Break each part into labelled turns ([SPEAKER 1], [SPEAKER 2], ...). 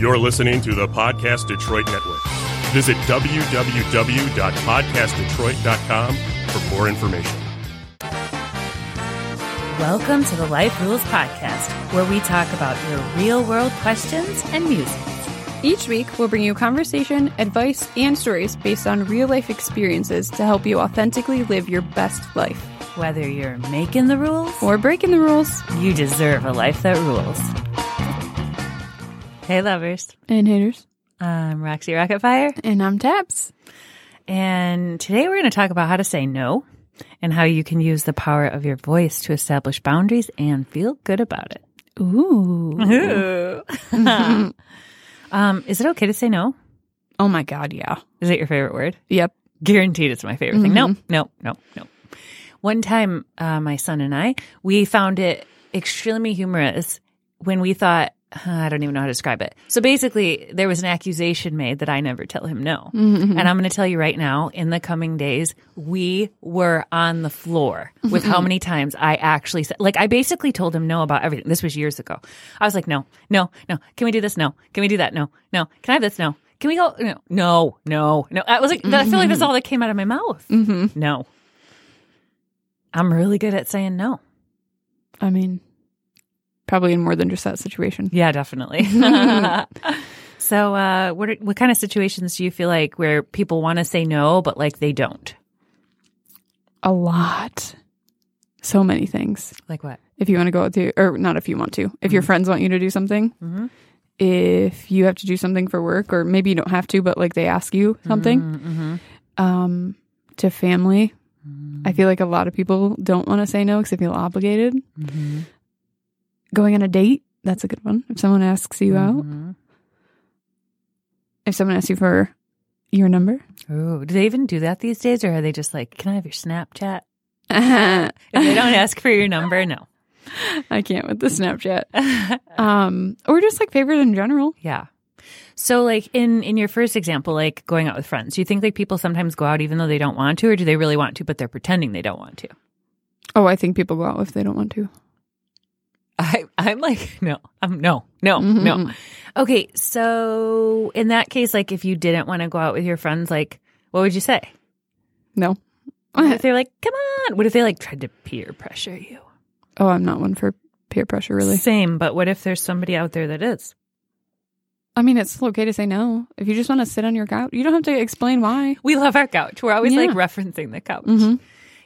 [SPEAKER 1] You're listening to the Podcast Detroit Network. Visit www.podcastdetroit.com for more information.
[SPEAKER 2] Welcome to the Life Rules Podcast, where we talk about your real world questions and music.
[SPEAKER 3] Each week, we'll bring you conversation, advice, and stories based on real life experiences to help you authentically live your best life.
[SPEAKER 2] Whether you're making the rules or
[SPEAKER 3] Or breaking the rules.
[SPEAKER 2] you deserve a life that rules. Hey, lovers.
[SPEAKER 3] And haters.
[SPEAKER 2] I'm Roxy Rocketfire,
[SPEAKER 3] And I'm Tabs.
[SPEAKER 2] and today we're going to talk about how to say no and how you can use the power of your voice to establish boundaries and feel good about it.
[SPEAKER 3] Ooh.
[SPEAKER 2] Ooh. um, is it okay to say no?
[SPEAKER 3] Oh my God, yeah.
[SPEAKER 2] Is it your favorite word?
[SPEAKER 3] Yep.
[SPEAKER 2] Guaranteed it's my favorite thing. No, no, no, no. One time, uh, my son and I, we found it extremely humorous when we thought, huh, I don't even know how to describe it. So basically, there was an accusation made that I never tell him no. And I'm going to tell you right now, in the coming days, we were on the floor with how many times I actually said, like, I basically told him no about everything. This was years ago. I was like, no, no, no. Can we do this? No. Can we do that? No, no. Can I have this? No. Can we go? No, no, no, no. I was like, I feel like that's all that came out of my mouth. No. I'm really good at saying no.
[SPEAKER 4] I mean, probably in more than just that situation.
[SPEAKER 2] Yeah, definitely. so, uh, what are, what kind of situations do you feel like where people want to say no, but like they don't?
[SPEAKER 4] A lot. So many things.
[SPEAKER 2] Like what?
[SPEAKER 4] If you want to go out to, or not if you want to, if
[SPEAKER 3] Mm-hmm.
[SPEAKER 4] your friends want you to do something, if you have to do something for work, or maybe you don't have to, but like they ask you
[SPEAKER 3] Mm.
[SPEAKER 4] something,
[SPEAKER 2] Mm-hmm.
[SPEAKER 4] um, to family. I feel like a lot of people don't want to say no because they feel obligated. Going on a date, that's a good one. If someone asks you out, if someone asks you for your number,
[SPEAKER 2] Ooh, do they even do that these days, or are they just like, "Can I have your Snapchat?" If they don't ask for your number, no.
[SPEAKER 4] I can't with the Snapchat. um, or just like favorite in general.
[SPEAKER 2] Yeah. So, like in in your first example, like going out with friends, do you think like people sometimes go out even though they don't want to, or do they really want to but they're pretending they don't want to?
[SPEAKER 4] Oh, I think people go out if they don't want to.
[SPEAKER 2] I, I'm like, no, um, no, no, no. mm-hmm. Okay. So in that case, like if you didn't want to go out with your friends, like what would you say?
[SPEAKER 4] No.
[SPEAKER 2] What if they're like, come on. What if they like tried to peer pressure you?
[SPEAKER 4] Oh, I'm not one for peer pressure, really.
[SPEAKER 2] Same. But what if there's somebody out there that is?
[SPEAKER 4] I mean, it's okay to say no. If you just want to sit on your couch, you don't have to explain why.
[SPEAKER 2] We love our couch. We're always like
[SPEAKER 4] Yeah.
[SPEAKER 2] referencing the couch.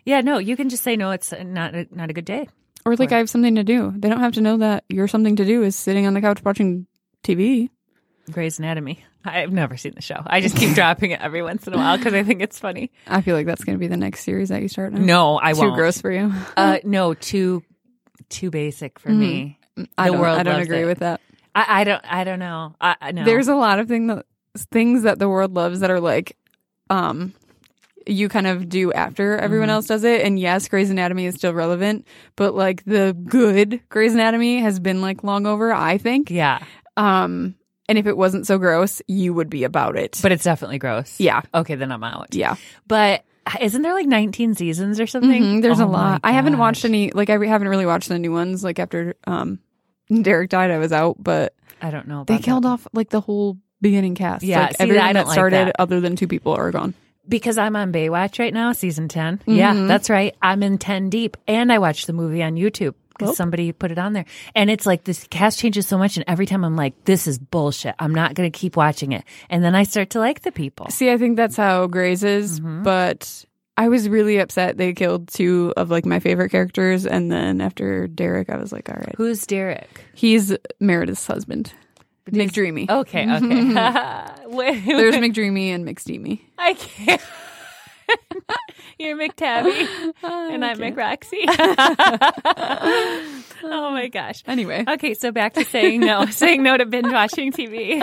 [SPEAKER 2] Yeah. No, you can just say, no, it's not, a, not a good day.
[SPEAKER 4] Or like, I have something to do. They don't have to know that your something to do is sitting on the couch watching TV.
[SPEAKER 2] Grey's Anatomy. I've never seen the show. I just keep dropping it every once in a while because I think it's funny.
[SPEAKER 4] I feel like that's going to be the next series that you start. on.
[SPEAKER 2] No, I
[SPEAKER 4] too
[SPEAKER 2] won't.
[SPEAKER 4] gross for you.
[SPEAKER 2] Uh, no, too, too basic for me.
[SPEAKER 4] I
[SPEAKER 2] The
[SPEAKER 4] don't,
[SPEAKER 2] world
[SPEAKER 4] I don't
[SPEAKER 2] loves
[SPEAKER 4] agree
[SPEAKER 2] it.
[SPEAKER 4] with that.
[SPEAKER 2] I, I don't. I don't know. I, I know.
[SPEAKER 4] There's a lot of thing that, things that the world loves that are like, um, you kind of do after everyone
[SPEAKER 2] Mm-hmm.
[SPEAKER 4] else does it. And yes, Grey's Anatomy is still relevant, but like the good Grey's Anatomy has been like long over, I think.
[SPEAKER 2] yeah,
[SPEAKER 4] Um, and if it wasn't so gross, you would be about it.
[SPEAKER 2] but it's definitely gross.
[SPEAKER 4] yeah,
[SPEAKER 2] Okay, then I'm out.
[SPEAKER 4] yeah,
[SPEAKER 2] But isn't there like 19 seasons or something?
[SPEAKER 4] Mhm, there's
[SPEAKER 2] Oh
[SPEAKER 4] a lot.
[SPEAKER 2] my
[SPEAKER 4] I haven't watched
[SPEAKER 2] gosh.
[SPEAKER 4] any. Like I re- haven't really watched the new ones. Like after um, Derek died, I was out, but
[SPEAKER 2] I don't know. About
[SPEAKER 4] they killed
[SPEAKER 2] that.
[SPEAKER 4] off like the whole beginning cast.
[SPEAKER 2] Yeah,
[SPEAKER 4] like,
[SPEAKER 2] see, I
[SPEAKER 4] everyone
[SPEAKER 2] don't
[SPEAKER 4] that
[SPEAKER 2] like
[SPEAKER 4] started
[SPEAKER 2] that.
[SPEAKER 4] other than two people are gone.
[SPEAKER 2] because I'm on Baywatch right now, season 10.
[SPEAKER 4] Mm-hmm.
[SPEAKER 2] Yeah, that's right. I'm in 10 deep, and I watched the movie on YouTube.
[SPEAKER 4] Oh.
[SPEAKER 2] Because somebody put it on there. And it's like this cast changes so much. And every time I'm like, this is bullshit. I'm not going to keep watching it. And then I start to like the people.
[SPEAKER 4] See, I think that's how Grey's is,
[SPEAKER 2] Mm-hmm.
[SPEAKER 4] but I was really upset they killed two of like my favorite characters, and then after Derek, I was like, all right,
[SPEAKER 2] Who's Derek?
[SPEAKER 4] he's Meredith's husband, McDreamy.
[SPEAKER 2] Okay, Oh. okay. Wait,
[SPEAKER 4] There's McDreamy and McSteamy.
[SPEAKER 2] I can't. You're McTabby, and I'm McRoxy. oh my gosh.
[SPEAKER 4] Anyway,
[SPEAKER 2] Okay, so back to saying no, saying no to binge watching TV.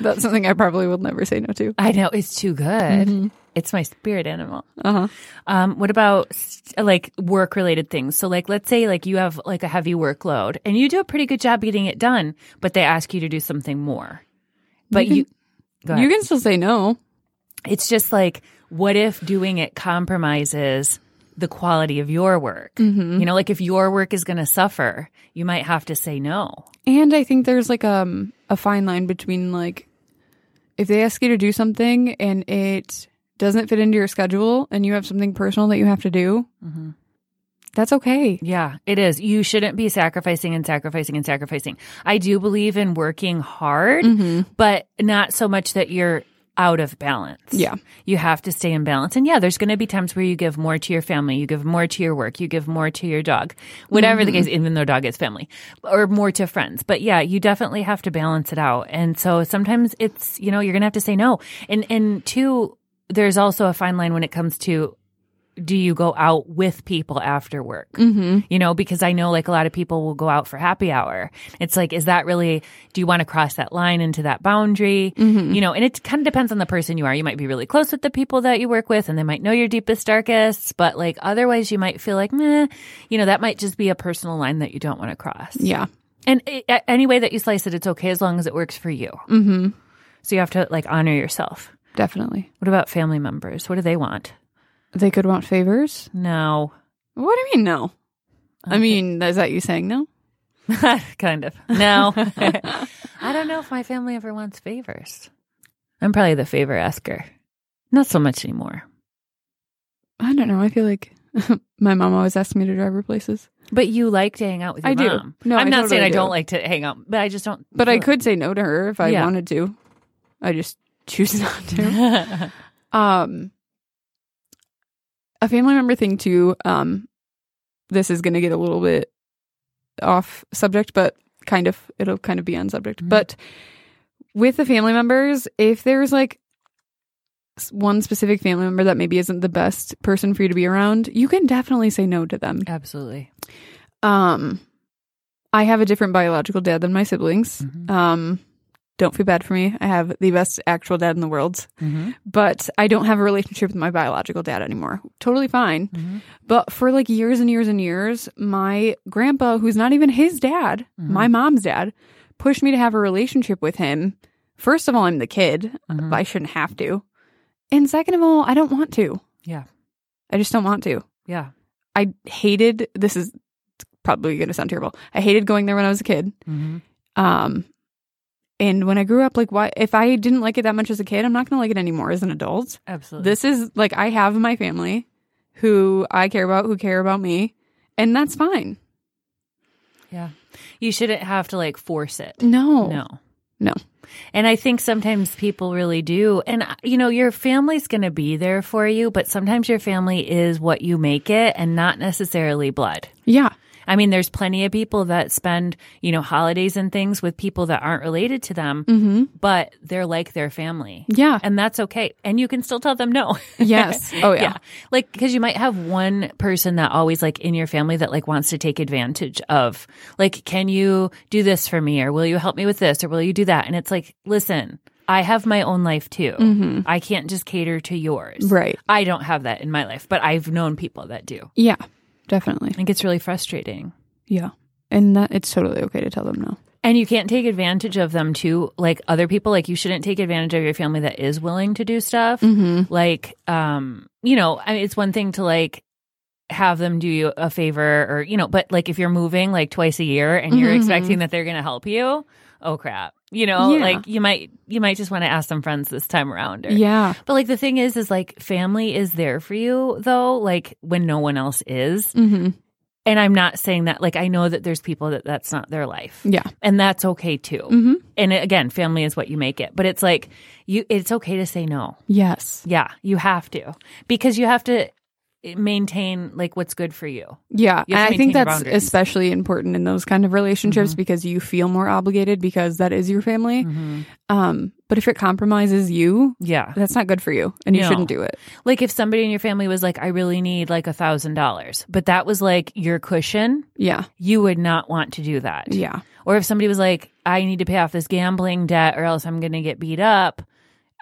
[SPEAKER 4] that's something I probably will never say no to.
[SPEAKER 2] I know it's too good. It's my spirit animal.
[SPEAKER 4] Uh huh.
[SPEAKER 2] Um, what about st- like work related things? So, like, let's say like you have like a heavy workload, and you do a pretty good job getting it done, but they ask you to do something more. But you, go ahead.
[SPEAKER 4] You can still say no.
[SPEAKER 2] it's just like what if doing it compromises the quality of your work you know like if your work is going to suffer you might have to say no
[SPEAKER 4] And I think there's like um a fine line between like if they ask you to do something and it doesn't fit into your schedule and you have something personal that you have to do, that's okay.
[SPEAKER 2] Yeah, it is. You shouldn't be sacrificing and sacrificing and sacrificing. I do believe in working hard, but not so much that you're out of balance.
[SPEAKER 4] Yeah.
[SPEAKER 2] You have to stay in balance. And yeah, there's going to be times where you give more to your family, you give more to your work, you give more to your dog, whatever the case, even though dog is family or more to friends. But yeah, you definitely have to balance it out. And so sometimes it's, you know, you're going to have to say no. And, and two, there's also a fine line when it comes to do you go out with people after work? Mm-hmm. You know, because I know like a lot of people will go out for happy hour. It's like, is that really, do you want to cross that line into that boundary? You know, and it kind of depends on the person you are. You might be really close with the people that you work with and they might know your deepest, darkest, but like otherwise you might feel like, meh, you know, that might just be a personal line that you don't want to cross.
[SPEAKER 4] Yeah.
[SPEAKER 2] And i a- any way that you slice it, it's okay as long as it works for you. Mm-hmm. So you have to like honor yourself.
[SPEAKER 4] Definitely.
[SPEAKER 2] What about family members? What do they want?
[SPEAKER 4] They could want favors.
[SPEAKER 2] No.
[SPEAKER 4] What do you mean no? I mean, is that you saying no?
[SPEAKER 2] kind of. No. I don't know if my family ever wants favors. I'm probably the favor asker. Not so much anymore.
[SPEAKER 4] I don't know. I feel like my mom always asks me to drive her places.
[SPEAKER 2] But you like to hang out with your
[SPEAKER 4] I do.
[SPEAKER 2] mom.
[SPEAKER 4] No,
[SPEAKER 2] I'm
[SPEAKER 4] I
[SPEAKER 2] not
[SPEAKER 4] totally
[SPEAKER 2] saying I
[SPEAKER 4] do.
[SPEAKER 2] don't like to hang out, but I just don't.
[SPEAKER 4] But I could say no to her if I
[SPEAKER 2] Yeah.
[SPEAKER 4] wanted to. I just choose not to.
[SPEAKER 2] could.
[SPEAKER 4] um a family member thing too, um this is going to get a little bit off subject, but kind of it'll kind of be on subject.
[SPEAKER 2] Mhm.
[SPEAKER 4] But with the family members, if there's like s- one specific family member that maybe isn't the best person for you to be around, you can definitely say no to them.
[SPEAKER 2] Absolutely.
[SPEAKER 4] Um, I have a different biological dad than my siblings.
[SPEAKER 2] Mhm.
[SPEAKER 4] Um, don't feel bad for me. I have the best actual dad in the world,
[SPEAKER 2] Mhm.
[SPEAKER 4] but I don't have a relationship with my biological dad anymore. Totally fine.
[SPEAKER 2] Mhm.
[SPEAKER 4] But for like years and years and years, my grandpa, who's not even his dad, my mom's dad, pushed me to have a relationship with him. First of all, I'm the kid.
[SPEAKER 2] Mhm.
[SPEAKER 4] I shouldn't have to. And second of all, I don't want to.
[SPEAKER 2] Yeah.
[SPEAKER 4] I just don't want to.
[SPEAKER 2] Yeah.
[SPEAKER 4] I hated this is probably going to sound terrible. I hated going there when I was a kid.
[SPEAKER 2] Mhm.
[SPEAKER 4] Um and when I grew up like why if I didn't like it that much as a kid, I'm not going to like it anymore as an adult.
[SPEAKER 2] Absolutely.
[SPEAKER 4] This is like I have my family who I care about, who care about me, and that's fine.
[SPEAKER 2] yeah. You shouldn't have to like force it.
[SPEAKER 4] No.
[SPEAKER 2] No.
[SPEAKER 4] No.
[SPEAKER 2] And I think sometimes people really do. And, uh, you know, your family's going to be there for you, but sometimes your family is what you make it and not necessarily blood.
[SPEAKER 4] Yeah.
[SPEAKER 2] I mean, there's plenty of people that spend, you know, holidays and things with people that aren't related to them,
[SPEAKER 4] Mhm.
[SPEAKER 2] but they're like their family.
[SPEAKER 4] Yeah.
[SPEAKER 2] And that's okay. And you can still tell them no.
[SPEAKER 4] Yes. Oh yeah.
[SPEAKER 2] Like, cause you might have one person that always like in your family that like wants to take advantage of, like, can you do this for me? Or will you help me with this? Or will you do that? And it's like, listen, I have my own life too. I can't just cater to yours.
[SPEAKER 4] Mm-hmm. Right.
[SPEAKER 2] I don't have that in my life, but I've known people that do.
[SPEAKER 4] Yeah. Definitely.
[SPEAKER 2] I think it's really frustrating.
[SPEAKER 4] Yeah. And that it's totally okay to tell them no.
[SPEAKER 2] And you can't take advantage of them too, like other people. Like you shouldn't take advantage of your family that is willing to do stuff.
[SPEAKER 4] Mm-hmm.
[SPEAKER 2] Like, um, you know, I mean, it's one thing to like have them do you a favor or you know, but like if you're moving like twice a year and you're
[SPEAKER 4] Mhm.
[SPEAKER 2] expecting that they're going to help you, oh crap, you know,
[SPEAKER 4] Yeah.
[SPEAKER 2] like you might you might just want to ask some friends this time around. Or,
[SPEAKER 4] Yeah.
[SPEAKER 2] But like the thing is, is like family is there for you though, like when no one else is.
[SPEAKER 4] Mhm.
[SPEAKER 2] And I'm not saying that like I know that there's people that that's not their life
[SPEAKER 4] Yeah.
[SPEAKER 2] and that's okay too.
[SPEAKER 4] Mhm.
[SPEAKER 2] And again, family is what you make it. But it's like you it's okay to say no.
[SPEAKER 4] Yes.
[SPEAKER 2] Yeah, you have to because you have to eh, maintain like what's good for you.
[SPEAKER 4] Yeah,
[SPEAKER 2] You have to
[SPEAKER 4] and I think
[SPEAKER 2] maintain your
[SPEAKER 4] that's
[SPEAKER 2] boundaries. Mm-hmm.
[SPEAKER 4] especially important in those kind of relationships because you feel more obligated because that is your family.
[SPEAKER 2] Mm-hmm.
[SPEAKER 4] Um, but if it compromises you,
[SPEAKER 2] Yeah.
[SPEAKER 4] that's not good for you, and you
[SPEAKER 2] No.
[SPEAKER 4] shouldn't do it.
[SPEAKER 2] Like if somebody in your family was like I really need like a $1000, but that was like your cushion,
[SPEAKER 4] Yeah,
[SPEAKER 2] you would not want to do that.
[SPEAKER 4] yeah,
[SPEAKER 2] Or if somebody was like I need to pay off this gambling debt or else I'm going to get beat up.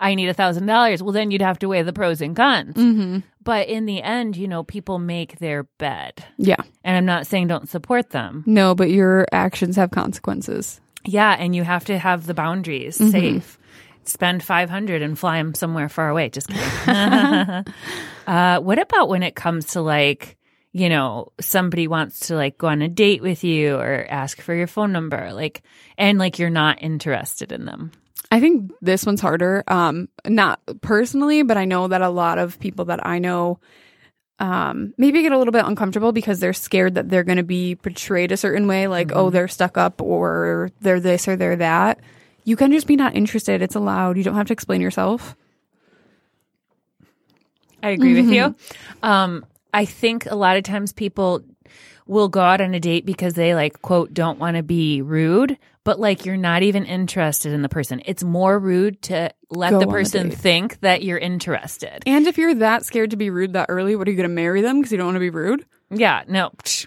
[SPEAKER 2] I need a thousand dollars. Well, then you'd have to weigh the pros and cons.
[SPEAKER 4] mm-hmm.
[SPEAKER 2] But in the end, you know, people make their bed.
[SPEAKER 4] yeah.
[SPEAKER 2] And I'm not saying don't support them.
[SPEAKER 4] No, but your actions have consequences.
[SPEAKER 2] Yeah, and you have to have the boundaries safe. Spend 500 and fly them somewhere far away. Just kidding. uh, what about when it comes to like, you know, somebody wants to like go on a date with you or ask for your phone number, like, and like you're not interested in them.
[SPEAKER 4] I think this one's harder. Um, not personally, but I know that a lot of people that I know um, maybe get a little bit uncomfortable because they're scared that they're going to be portrayed a certain way, like, oh, they're stuck up or they're this or they're that. You can just be not interested. It's allowed. You don't have to explain yourself.
[SPEAKER 2] I agree with you.
[SPEAKER 4] Mm-hmm.
[SPEAKER 2] Um, I think a lot of times people will go out on a date because they like quote don't want to be rude, but like you're not even interested in the person. It's more rude to let
[SPEAKER 4] Go
[SPEAKER 2] the
[SPEAKER 4] on a
[SPEAKER 2] person
[SPEAKER 4] date.
[SPEAKER 2] think that you're interested.
[SPEAKER 4] And if you're that scared to be rude that early, what are you going to marry them because you don't want to be rude?
[SPEAKER 2] Yeah, no. Psh.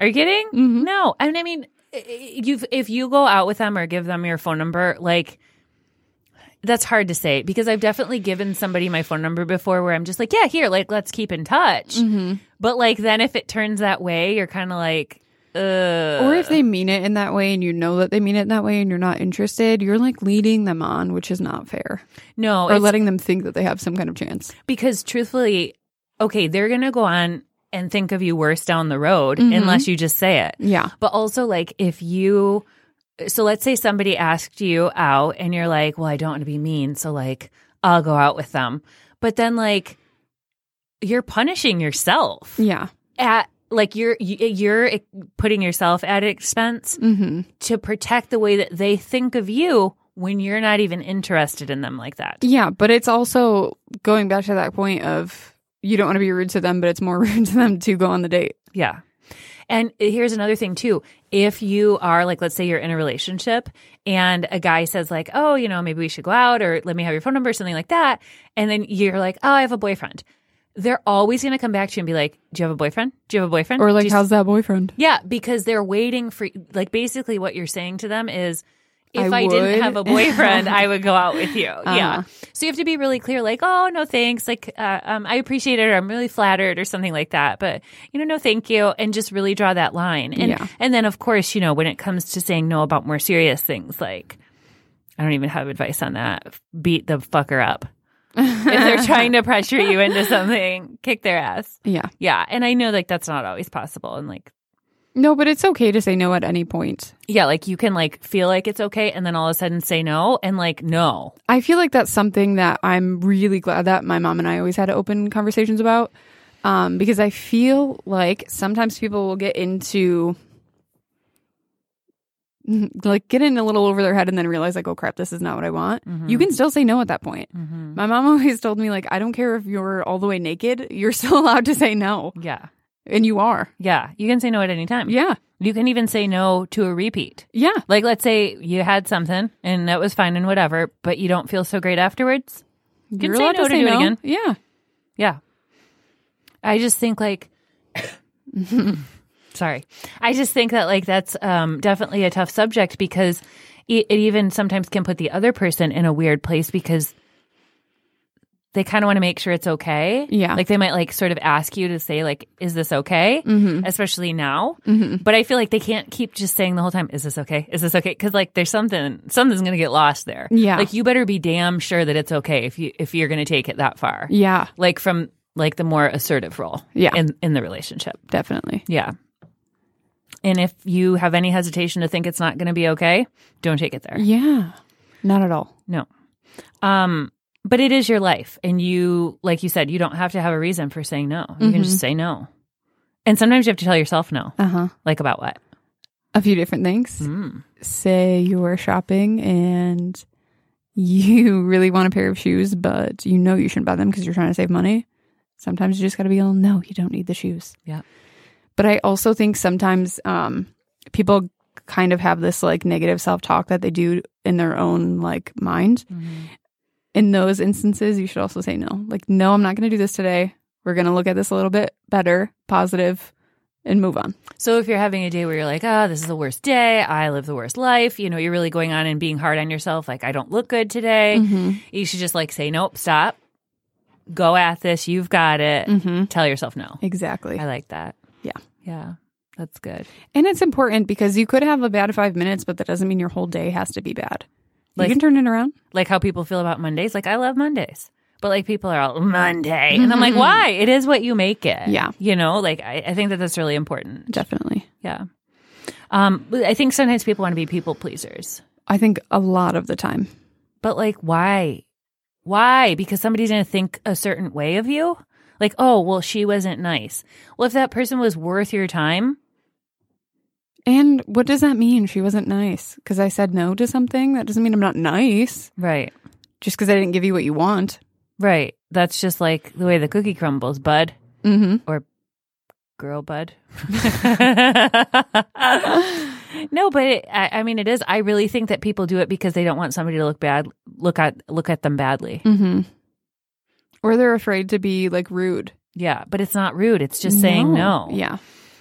[SPEAKER 2] Are you kidding?
[SPEAKER 4] Mm-hmm.
[SPEAKER 2] No. I mean, I mean, i- i- you've if you go out with them or give them your phone number, like that's hard to say because I've definitely given somebody my phone number before where I'm just like, yeah, here, like let's keep in touch.
[SPEAKER 4] Mm-hmm.
[SPEAKER 2] But like then if it turns that way, you're kind of like, uh,
[SPEAKER 4] or if they mean it in that way and you know that they mean it that way and you're not interested, you're like leading them on, which is not fair.
[SPEAKER 2] no,
[SPEAKER 4] or
[SPEAKER 2] it's
[SPEAKER 4] letting them think that they have some kind of chance.
[SPEAKER 2] because truthfully, okay, they're gonna go on and think of you worse down the road
[SPEAKER 4] Mm-hmm.
[SPEAKER 2] unless you just say it.
[SPEAKER 4] Yeah.
[SPEAKER 2] But also, like, if you, so let's say somebody asked you out and you're like, well, I don't want to be mean. So, like, I'll go out with them. But then, like, you're punishing yourself
[SPEAKER 4] Yeah.
[SPEAKER 2] at, like you're you- you're e, putting yourself at expense to protect the way that they think of you when you're not even interested in them like that.
[SPEAKER 4] Yeah. But it's also going back to that point of you don't want to be rude to them, but it's more rude to them to go on the date.
[SPEAKER 2] Yeah. And here's another thing too. If you are like, let's say you're in a relationship and a guy says like, oh, you know, maybe we should go out or let me have your phone number or something like that. And then you're like, oh, I have a boyfriend. They're always going to come back to you and be like, do you have a boyfriend? Do you have a boyfriend?
[SPEAKER 4] Or
[SPEAKER 2] Do
[SPEAKER 4] like,
[SPEAKER 2] you-
[SPEAKER 4] how's that boyfriend?
[SPEAKER 2] yeah, because they're waiting for, like basically what you're saying to them is, if I,
[SPEAKER 4] I
[SPEAKER 2] didn't
[SPEAKER 4] would. Uh-huh.
[SPEAKER 2] have a boyfriend, I would go out with you. Yeah. So you have to be really clear, like, oh, no, thanks. Like, uh, um, I appreciate it. Or I'm really flattered or something like that. But, you know, no, thank you. And just really draw that line. And,
[SPEAKER 4] Yeah.
[SPEAKER 2] and then, of course, you know, when it comes to saying no about more serious things, like, I don't even have advice on that. Beat the fucker up. if they're trying to pressure you into something, kick their ass.
[SPEAKER 4] Yeah.
[SPEAKER 2] Yeah. And I know, like, that's not always possible. And, like,
[SPEAKER 4] No, but it's okay to say no at any point.
[SPEAKER 2] yeah, like you can like feel like it's okay and then all of a sudden say no and like no.
[SPEAKER 4] I feel like that's something that I'm really glad that my mom and I always had open conversations about um, because I feel like sometimes people will get into like get in a little over their head and then realize like oh crap this is not what I want.
[SPEAKER 2] Mm-hmm.
[SPEAKER 4] You can still say no at that point. My mom always told me like I don't care if you're all the way naked, you're still allowed to say no,
[SPEAKER 2] Yeah.
[SPEAKER 4] and you are.
[SPEAKER 2] Yeah. You can say no at any time.
[SPEAKER 4] Yeah,
[SPEAKER 2] You can even say no to a repeat.
[SPEAKER 4] yeah,
[SPEAKER 2] Like let's say you had something and that was fine and whatever, but you don't feel so great afterwards. You can
[SPEAKER 4] you're
[SPEAKER 2] say
[SPEAKER 4] allowed
[SPEAKER 2] no to, do it again.
[SPEAKER 4] Yeah,
[SPEAKER 2] Yeah. I just think like sorry. I just think that like that's um definitely a tough subject because it, it even sometimes can put the other person in a weird place because they kind of want to make sure it's okay.
[SPEAKER 4] Yeah.
[SPEAKER 2] Like they might like sort of ask you to say like is this okay? Mm-hmm. Especially now. Mm-hmm. But I feel like they can't keep just saying the whole time is this okay? Is this okay? Cuz like there's something something's going to get lost there.
[SPEAKER 4] Yeah.
[SPEAKER 2] Like you better be damn sure that it's okay if you if you're going to take it that far
[SPEAKER 4] yeah,
[SPEAKER 2] like from like the more assertive role
[SPEAKER 4] Yeah.
[SPEAKER 2] in in the relationship
[SPEAKER 4] definitely.
[SPEAKER 2] yeah and if you have any hesitation to think it's not going to be okay don't take it there
[SPEAKER 4] Yeah, not at all.
[SPEAKER 2] no um but it is your life and you like you said you don't have to have a reason for saying no you can just say no and sometimes you have to tell yourself no
[SPEAKER 4] Uh huh.
[SPEAKER 2] like about what Mm.
[SPEAKER 4] a few different things. Say you were shopping and you really want a pair of shoes, but you know you shouldn't buy them because you're trying to save money. Sometimes you just got to be all, no, you don't need the shoes.
[SPEAKER 2] Yeah.
[SPEAKER 4] But I also think sometimes um, people kind of have this like negative self talk that they do in their own like mind. In those instances, you should also say no. Like, no, I'm not going to do this today. We're going to look at this a little bit better, positive, and move on.
[SPEAKER 2] so if you're having a day where you're like oh this is the worst day i live the worst life you know you're really going on and being hard on yourself like i don't look good today
[SPEAKER 4] Mm-hmm.
[SPEAKER 2] you should just like say nope stop go at this you've got it
[SPEAKER 4] Mm-hmm.
[SPEAKER 2] tell yourself no
[SPEAKER 4] Exactly.
[SPEAKER 2] i like that
[SPEAKER 4] Yeah.
[SPEAKER 2] yeah that's good
[SPEAKER 4] And it's important because you could have a bad five minutes, but that doesn't mean your whole day has to be bad.
[SPEAKER 2] Like-
[SPEAKER 4] you can turn it around.
[SPEAKER 2] like how people feel about mondays like i love mondays But like people are all Monday, and I'm like, why? It is what you make it.
[SPEAKER 4] Mm-hmm. Yeah.
[SPEAKER 2] you know, like I, I think that that's really important.
[SPEAKER 4] Definitely.
[SPEAKER 2] Yeah. Um, but I think sometimes people want to be people pleasers,
[SPEAKER 4] I think a lot of the time.
[SPEAKER 2] but like, why? Why? Because somebody's going to think a certain way of you. Like, oh, well, she wasn't nice. Well, if that person was worth your time,
[SPEAKER 4] And what does that mean? She wasn't nice because I said no to something. That doesn't mean I'm not nice
[SPEAKER 2] right,
[SPEAKER 4] just because I didn't give you what you want.
[SPEAKER 2] right. That's just like the way the cookie crumbles, bud.
[SPEAKER 4] Mm-hmm.
[SPEAKER 2] girl bud no but it, I, I mean it is i really think that people do it because they don't want somebody to look bad look at look at them badly
[SPEAKER 4] Mm-hmm. Or they're afraid to be like rude.
[SPEAKER 2] yeah but it's not rude it's just saying no
[SPEAKER 4] Yeah.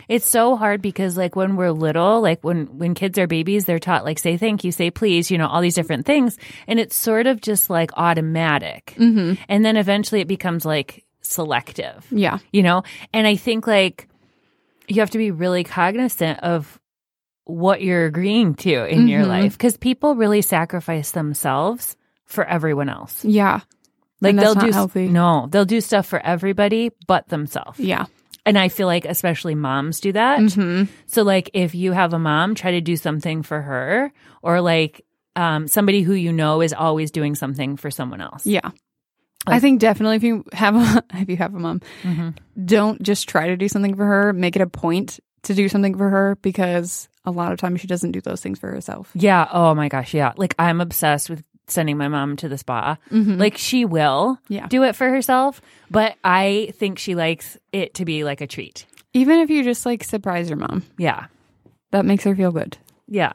[SPEAKER 2] it's so hard because like when we're little like when when kids are babies they're taught like say thank you say please you know all these different things and it's sort of just like automatic
[SPEAKER 4] Mm-hmm.
[SPEAKER 2] and then eventually it becomes like selective
[SPEAKER 4] Yeah.
[SPEAKER 2] you know and i think like you have to be really cognizant of what you're agreeing to in your
[SPEAKER 4] Mhm.
[SPEAKER 2] life because people really sacrifice themselves for everyone else
[SPEAKER 4] Yeah.
[SPEAKER 2] like
[SPEAKER 4] And that's
[SPEAKER 2] they'll
[SPEAKER 4] not
[SPEAKER 2] do s-
[SPEAKER 4] healthy.
[SPEAKER 2] no they'll do stuff for everybody but themselves
[SPEAKER 4] Yeah.
[SPEAKER 2] and i feel like especially moms do that
[SPEAKER 4] Mm-hmm.
[SPEAKER 2] so like if you have a mom try to do something for her or like um, somebody who you know is always doing something for someone else
[SPEAKER 4] Yeah. I think definitely if you have a if you have a mom,
[SPEAKER 2] Mhm.
[SPEAKER 4] don't just try to do something for her. Make it a point to do something for her because a lot of times she doesn't do those things for herself.
[SPEAKER 2] yeah oh my gosh yeah like i'm obsessed with sending my mom to the spa
[SPEAKER 4] Mm-hmm.
[SPEAKER 2] Like she will
[SPEAKER 4] Yeah.
[SPEAKER 2] do it for herself, but I think she likes it to be like a treat.
[SPEAKER 4] Even if you just like surprise your mom,
[SPEAKER 2] Yeah.
[SPEAKER 4] that makes her feel good.
[SPEAKER 2] Yeah.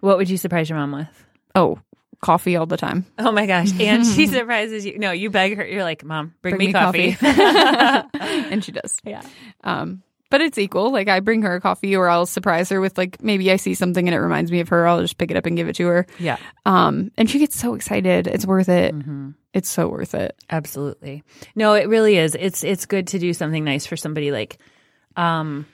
[SPEAKER 2] What would you surprise your mom with?
[SPEAKER 4] Oh, coffee all the time.
[SPEAKER 2] Oh my gosh. And she surprises you. No, you beg her. You're like, Mom, bring, me, coffee.
[SPEAKER 4] and she does.
[SPEAKER 2] yeah.
[SPEAKER 4] Um, but it's equal. Like I bring her a coffee or I'll surprise her with like maybe I see something and it reminds me of her. I'll just pick it up and give it to her.
[SPEAKER 2] Yeah.
[SPEAKER 4] Um, and she gets so excited. It's worth it.
[SPEAKER 2] Mhm.
[SPEAKER 4] It's so worth it.
[SPEAKER 2] Absolutely. No, it really is. It's it's good to do something nice for somebody like um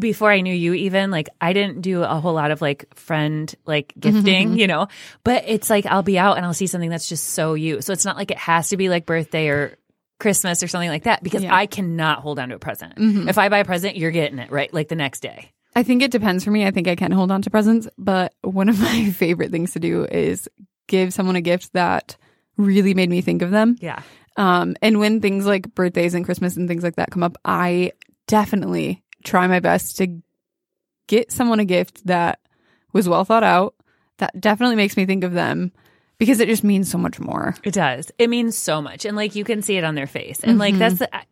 [SPEAKER 2] before I knew you even like I didn't do a whole lot of like friend like gifting, you know. But it's like I'll be out and I'll see something that's just so you. So it's not like it has to be like birthday or Christmas or something like that because I cannot hold on to a present. If I buy a present, you're getting it, right? Like the next day.
[SPEAKER 4] I think it depends for me. I think I can hold on to presents, but one of my favorite things to do is give someone a gift that really made me think of them.
[SPEAKER 2] Yeah.
[SPEAKER 4] Um, and when things like birthdays and Christmas and things like that come up, I definitely try my best to get someone a gift that was well thought out, that definitely makes me think of them because it just means so much more.
[SPEAKER 2] It does. It means so much. And like you can see it on their face. And like that's the, I,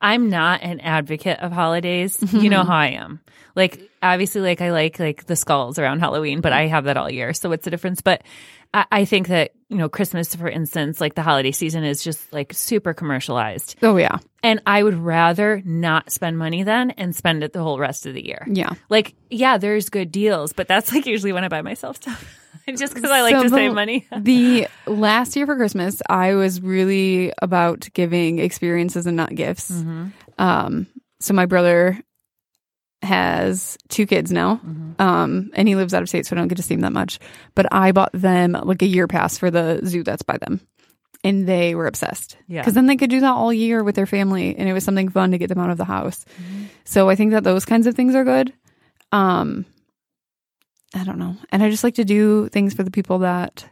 [SPEAKER 2] I'm not an advocate of holidays. You know how I am. Like obviously like I like like the skulls around Halloween, but I have that all year. So what's the difference? But I, I think that, you know, Christmas for instance, like the holiday season is just like super commercialized.
[SPEAKER 4] Oh, yeah.
[SPEAKER 2] And I would rather not spend money then and spend it the whole rest of the year.
[SPEAKER 4] Yeah.
[SPEAKER 2] Like, yeah, there's good deals, but that's like usually when I buy myself stuff. just because I like
[SPEAKER 4] So
[SPEAKER 2] to
[SPEAKER 4] the-
[SPEAKER 2] save money.
[SPEAKER 4] the last year for Christmas, I was really about giving experiences and not gifts. Um, so my brother has two kids now,
[SPEAKER 2] Mm-hmm.
[SPEAKER 4] um, and he lives out of state, so I don't get to see him that much. But I bought them like a year pass for the zoo that's by them, and they were obsessed.
[SPEAKER 2] Yeah.
[SPEAKER 4] because then they could do that all year with their family, and it was something fun to get them out of the house.
[SPEAKER 2] Mm-hmm.
[SPEAKER 4] So I think that those kinds of things are good. Um, I don't know, and I just like to do things for the people that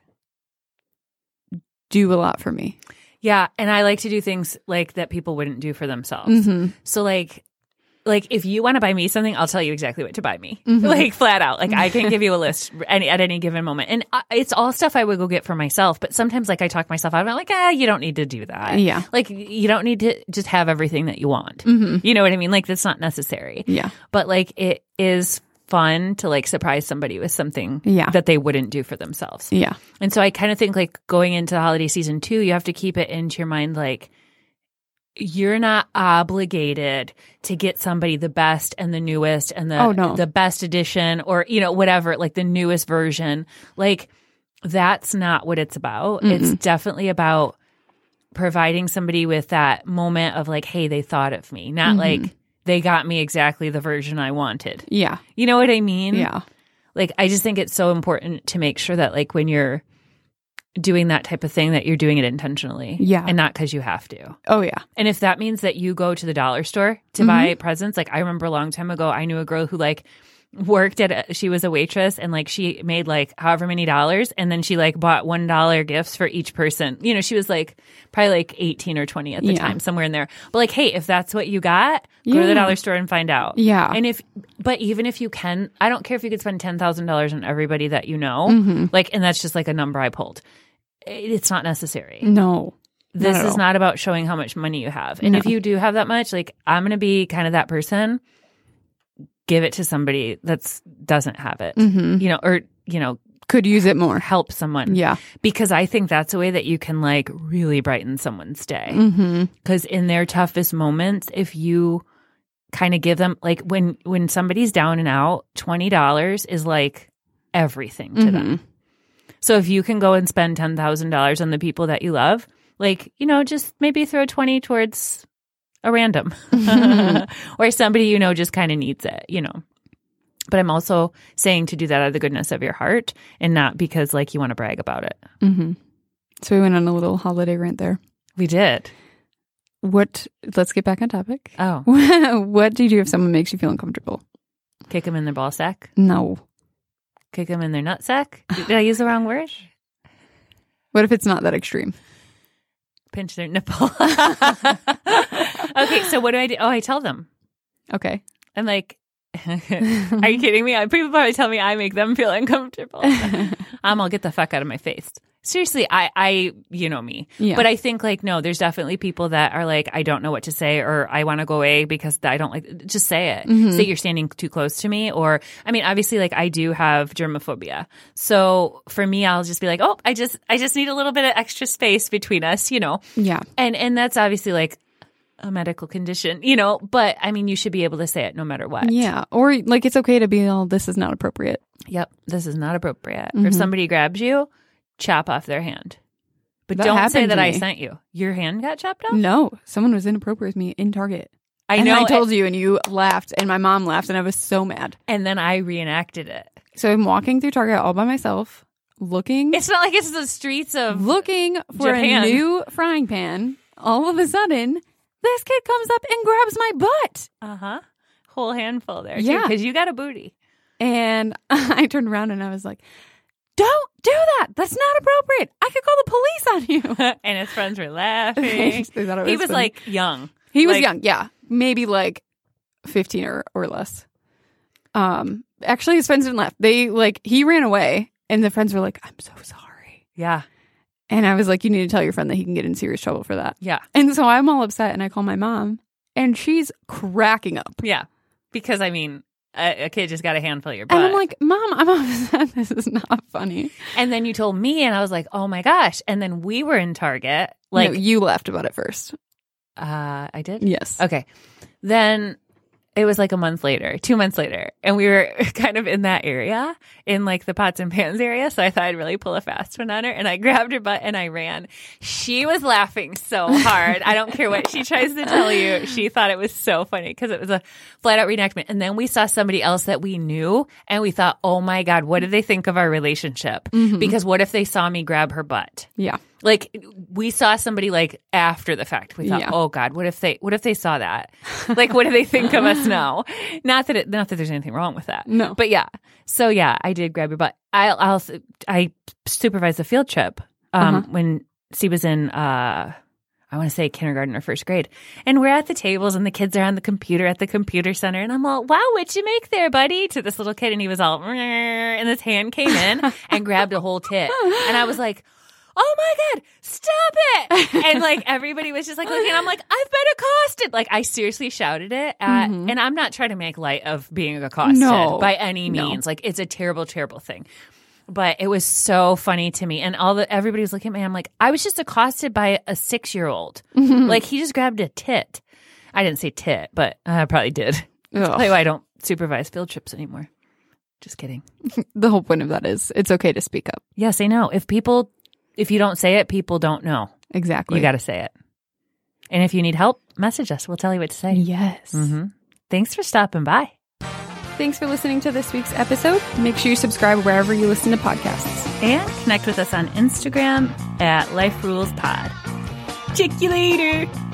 [SPEAKER 4] do a lot for me.
[SPEAKER 2] Yeah, and I like to do things like that people wouldn't do for themselves.
[SPEAKER 4] Mhm.
[SPEAKER 2] So like like if you want to buy me something, I'll tell you exactly what to buy me.
[SPEAKER 4] Mhm.
[SPEAKER 2] Like flat out. Like I can give you a list any at any given moment. And I, it's all stuff I would go get for myself, but sometimes like I talk myself out and I'm like, "Ah, you don't need to do that."
[SPEAKER 4] Yeah.
[SPEAKER 2] Like you don't need to just have everything that you want. You know what I mean? Like that's not necessary.
[SPEAKER 4] Mm-hmm. Yeah.
[SPEAKER 2] But like it is fun to like surprise somebody with something
[SPEAKER 4] Yeah.
[SPEAKER 2] that they wouldn't do for themselves.
[SPEAKER 4] Yeah.
[SPEAKER 2] And so I kind of think like going into the holiday season too, you have to keep it into your mind like you're not obligated to get somebody the best and the newest and the
[SPEAKER 4] Oh, no.
[SPEAKER 2] the best edition or you know whatever like the newest version. Like that's not what it's about. It's definitely about providing somebody with that moment of like hey, they thought of me.
[SPEAKER 4] Mm-hmm.
[SPEAKER 2] Not like they got me exactly the version I wanted.
[SPEAKER 4] Yeah.
[SPEAKER 2] You know what I mean?
[SPEAKER 4] Yeah.
[SPEAKER 2] like i just think it's so important to make sure that like when you're doing that type of thing that you're doing it intentionally.
[SPEAKER 4] Yeah.
[SPEAKER 2] And not because you have to.
[SPEAKER 4] Oh yeah.
[SPEAKER 2] And if that means that you go to the dollar store
[SPEAKER 4] Mm-hmm.
[SPEAKER 2] to buy presents, like I remember a long time ago, I knew a girl who like worked at a, she was a waitress and like she made like however many dollars and then she like bought one dollar gifts for each person you know she was like probably like 18 or 20 at the
[SPEAKER 4] Yeah.
[SPEAKER 2] time somewhere in there but like hey if that's what you got go to
[SPEAKER 4] Yeah.
[SPEAKER 2] the dollar store and find out
[SPEAKER 4] Yeah.
[SPEAKER 2] and if but even if you can i don't care if you could spend $10000 on everybody that you know
[SPEAKER 4] Mm-hmm.
[SPEAKER 2] like and that's just like a number i pulled It- it's not necessary
[SPEAKER 4] No.
[SPEAKER 2] this
[SPEAKER 4] Mm, at
[SPEAKER 2] is
[SPEAKER 4] all.
[SPEAKER 2] not about showing how much money you have. And if you do have that much, like I'm going to be kind of that person, give it to somebody that's doesn't have it,
[SPEAKER 4] Mm-hmm.
[SPEAKER 2] you know, or, you know,
[SPEAKER 4] Could use it more.
[SPEAKER 2] help someone.
[SPEAKER 4] Yeah.
[SPEAKER 2] Because I think that's a way that you can like really brighten someone's day.
[SPEAKER 4] Mm-hmm.
[SPEAKER 2] Because in their toughest moments, if you kind of give them like when when somebody's down and out, twenty dollars is like everything to them. So if you can go and spend ten thousand dollars on the people that you love, like you know, just maybe throw twenty towards a random or somebody you know just kind of needs it, you know. But I'm also saying to do that out of the goodness of your heart and not because like you want to brag about it.
[SPEAKER 4] Mm-hmm. So we went on a little holiday rant there.
[SPEAKER 2] We did.
[SPEAKER 4] What? Let's get back on topic.
[SPEAKER 2] Oh,
[SPEAKER 4] what do you do if someone makes you feel uncomfortable?
[SPEAKER 2] kick them in their ball sack.
[SPEAKER 4] No.
[SPEAKER 2] Kick them in their nutsack. Did I use the wrong word?
[SPEAKER 4] What if it's not that extreme?
[SPEAKER 2] Pinch their nipple. okay, so what do I do? Oh, I tell them.
[SPEAKER 4] Okay.
[SPEAKER 2] I'm like, are you kidding me? People probably tell me I make them feel uncomfortable. um, I'll get the fuck out of my face. Seriously, I, I, you know me.
[SPEAKER 4] Yeah.
[SPEAKER 2] But I think like, no, there's definitely people that are like, I don't know what to say or I want to go away because I don't like, just say it. Say you're standing too close to me. Or, I mean, obviously like I do have germophobia. So for me, I'll just be like, oh, I just, I just need a little bit of extra space between us, you know?
[SPEAKER 4] Yeah.
[SPEAKER 2] and and that's obviously like a medical condition you know but i mean you should be able to say it no matter what
[SPEAKER 4] Yeah. Or like it's okay to be all this is not appropriate.
[SPEAKER 2] yep this is not appropriate or
[SPEAKER 4] Mm-hmm.
[SPEAKER 2] if somebody grabs you chop off their hand but
[SPEAKER 4] That
[SPEAKER 2] don't say
[SPEAKER 4] happened to
[SPEAKER 2] that i
[SPEAKER 4] me. Mm.
[SPEAKER 2] sent you your hand got chopped off
[SPEAKER 4] No, someone was inappropriate with me in Target.
[SPEAKER 2] i
[SPEAKER 4] and
[SPEAKER 2] know
[SPEAKER 4] I told you, and you laughed, and my mom laughed, and I was so mad.
[SPEAKER 2] and then i reenacted it
[SPEAKER 4] So I'm walking through Target all by myself, looking,
[SPEAKER 2] it's not like it's the streets of
[SPEAKER 4] looking for
[SPEAKER 2] Japan.
[SPEAKER 4] a new frying pan. All of a sudden, this kid comes up and grabs my butt,
[SPEAKER 2] uh-huh whole handful there
[SPEAKER 4] Yeah.
[SPEAKER 2] because you got a booty
[SPEAKER 4] and I turned around and I was like, "Don't do that. That's not appropriate. I could call the police on you."
[SPEAKER 2] and his friends were laughing
[SPEAKER 4] They thought it
[SPEAKER 2] he
[SPEAKER 4] was
[SPEAKER 2] was
[SPEAKER 4] funny.
[SPEAKER 2] like young
[SPEAKER 4] He was
[SPEAKER 2] Like-
[SPEAKER 4] young, yeah, maybe like fifteen or or less. Um, actually, his friends didn't laugh. They like he ran away, and the friends were like, "I'm so sorry."
[SPEAKER 2] yeah
[SPEAKER 4] And I was like, "You need to tell your friend that he can get in serious trouble for that."
[SPEAKER 2] yeah
[SPEAKER 4] And so I'm all upset, and I call my mom, and she's cracking up.
[SPEAKER 2] yeah because i mean a, a kid just got a handful of your butt
[SPEAKER 4] And I'm like, "Mom, I'm upset. This is not funny."
[SPEAKER 2] And then you told me, and I was like, oh my gosh. And then we were in Target. Like,
[SPEAKER 4] no, you laughed about it first.
[SPEAKER 2] uh, I did?
[SPEAKER 4] Yes.
[SPEAKER 2] Okay. Then it was like a month later, two months later, and we were kind of in that area, in like the pots and pans area. So I thought I'd really pull a fast one on her. And I grabbed her butt and I ran. She was laughing so hard. I don't care what she tries to tell you. She thought it was so funny because it was a flat out reenactment. And then we saw somebody else that we knew and we thought, oh my God, what did they think of our relationship? Because what if they saw me grab her butt?
[SPEAKER 4] Yeah.
[SPEAKER 2] like we saw somebody like after the fact we thought
[SPEAKER 4] Yeah.
[SPEAKER 2] oh god what if they what if they saw that like what do they think of us now not that it not that there's anything wrong with that
[SPEAKER 4] No.
[SPEAKER 2] but yeah so yeah i did grab your butt i'll i'll i supervised a field trip um
[SPEAKER 4] Uh-huh.
[SPEAKER 2] when she was in uh I want to say kindergarten or first grade. And we're at the tables and the kids are on the computer at the computer center. And I'm all, wow, what'd you make there, buddy? To this little kid. And he was all, "Meh," and his hand came in and grabbed a whole tit. And I was like, oh my God, stop it. And like everybody was just like looking. I'm like, I've been accosted. Like I seriously shouted it at, and I'm not trying to make light of being accosted
[SPEAKER 4] Mm-hmm. No.
[SPEAKER 2] by any
[SPEAKER 4] No.
[SPEAKER 2] means. Like it's a terrible, terrible thing but it was so funny to me. And all the everybody was looking at me. I'm like, I was just accosted by a six year old.
[SPEAKER 4] Mm-hmm.
[SPEAKER 2] Like he just grabbed a tit. I didn't say tit, but I probably did.
[SPEAKER 4] Ugh.
[SPEAKER 2] Like, I don't supervise field trips anymore. Just kidding.
[SPEAKER 4] The whole point of that is it's okay to speak up.
[SPEAKER 2] Yes, I know. If people, if you don't say it, people don't know.
[SPEAKER 4] Exactly.
[SPEAKER 2] You got to say it. And
[SPEAKER 4] Mm-hmm.
[SPEAKER 2] if you need help, message us. We'll tell you what to say.
[SPEAKER 4] Yes.
[SPEAKER 2] Thanks for stopping by.
[SPEAKER 4] Thanks for listening to this week's episode. Make sure you subscribe wherever you listen to podcasts.
[SPEAKER 2] And connect with us on Instagram at Life Rules Pod. Check you later.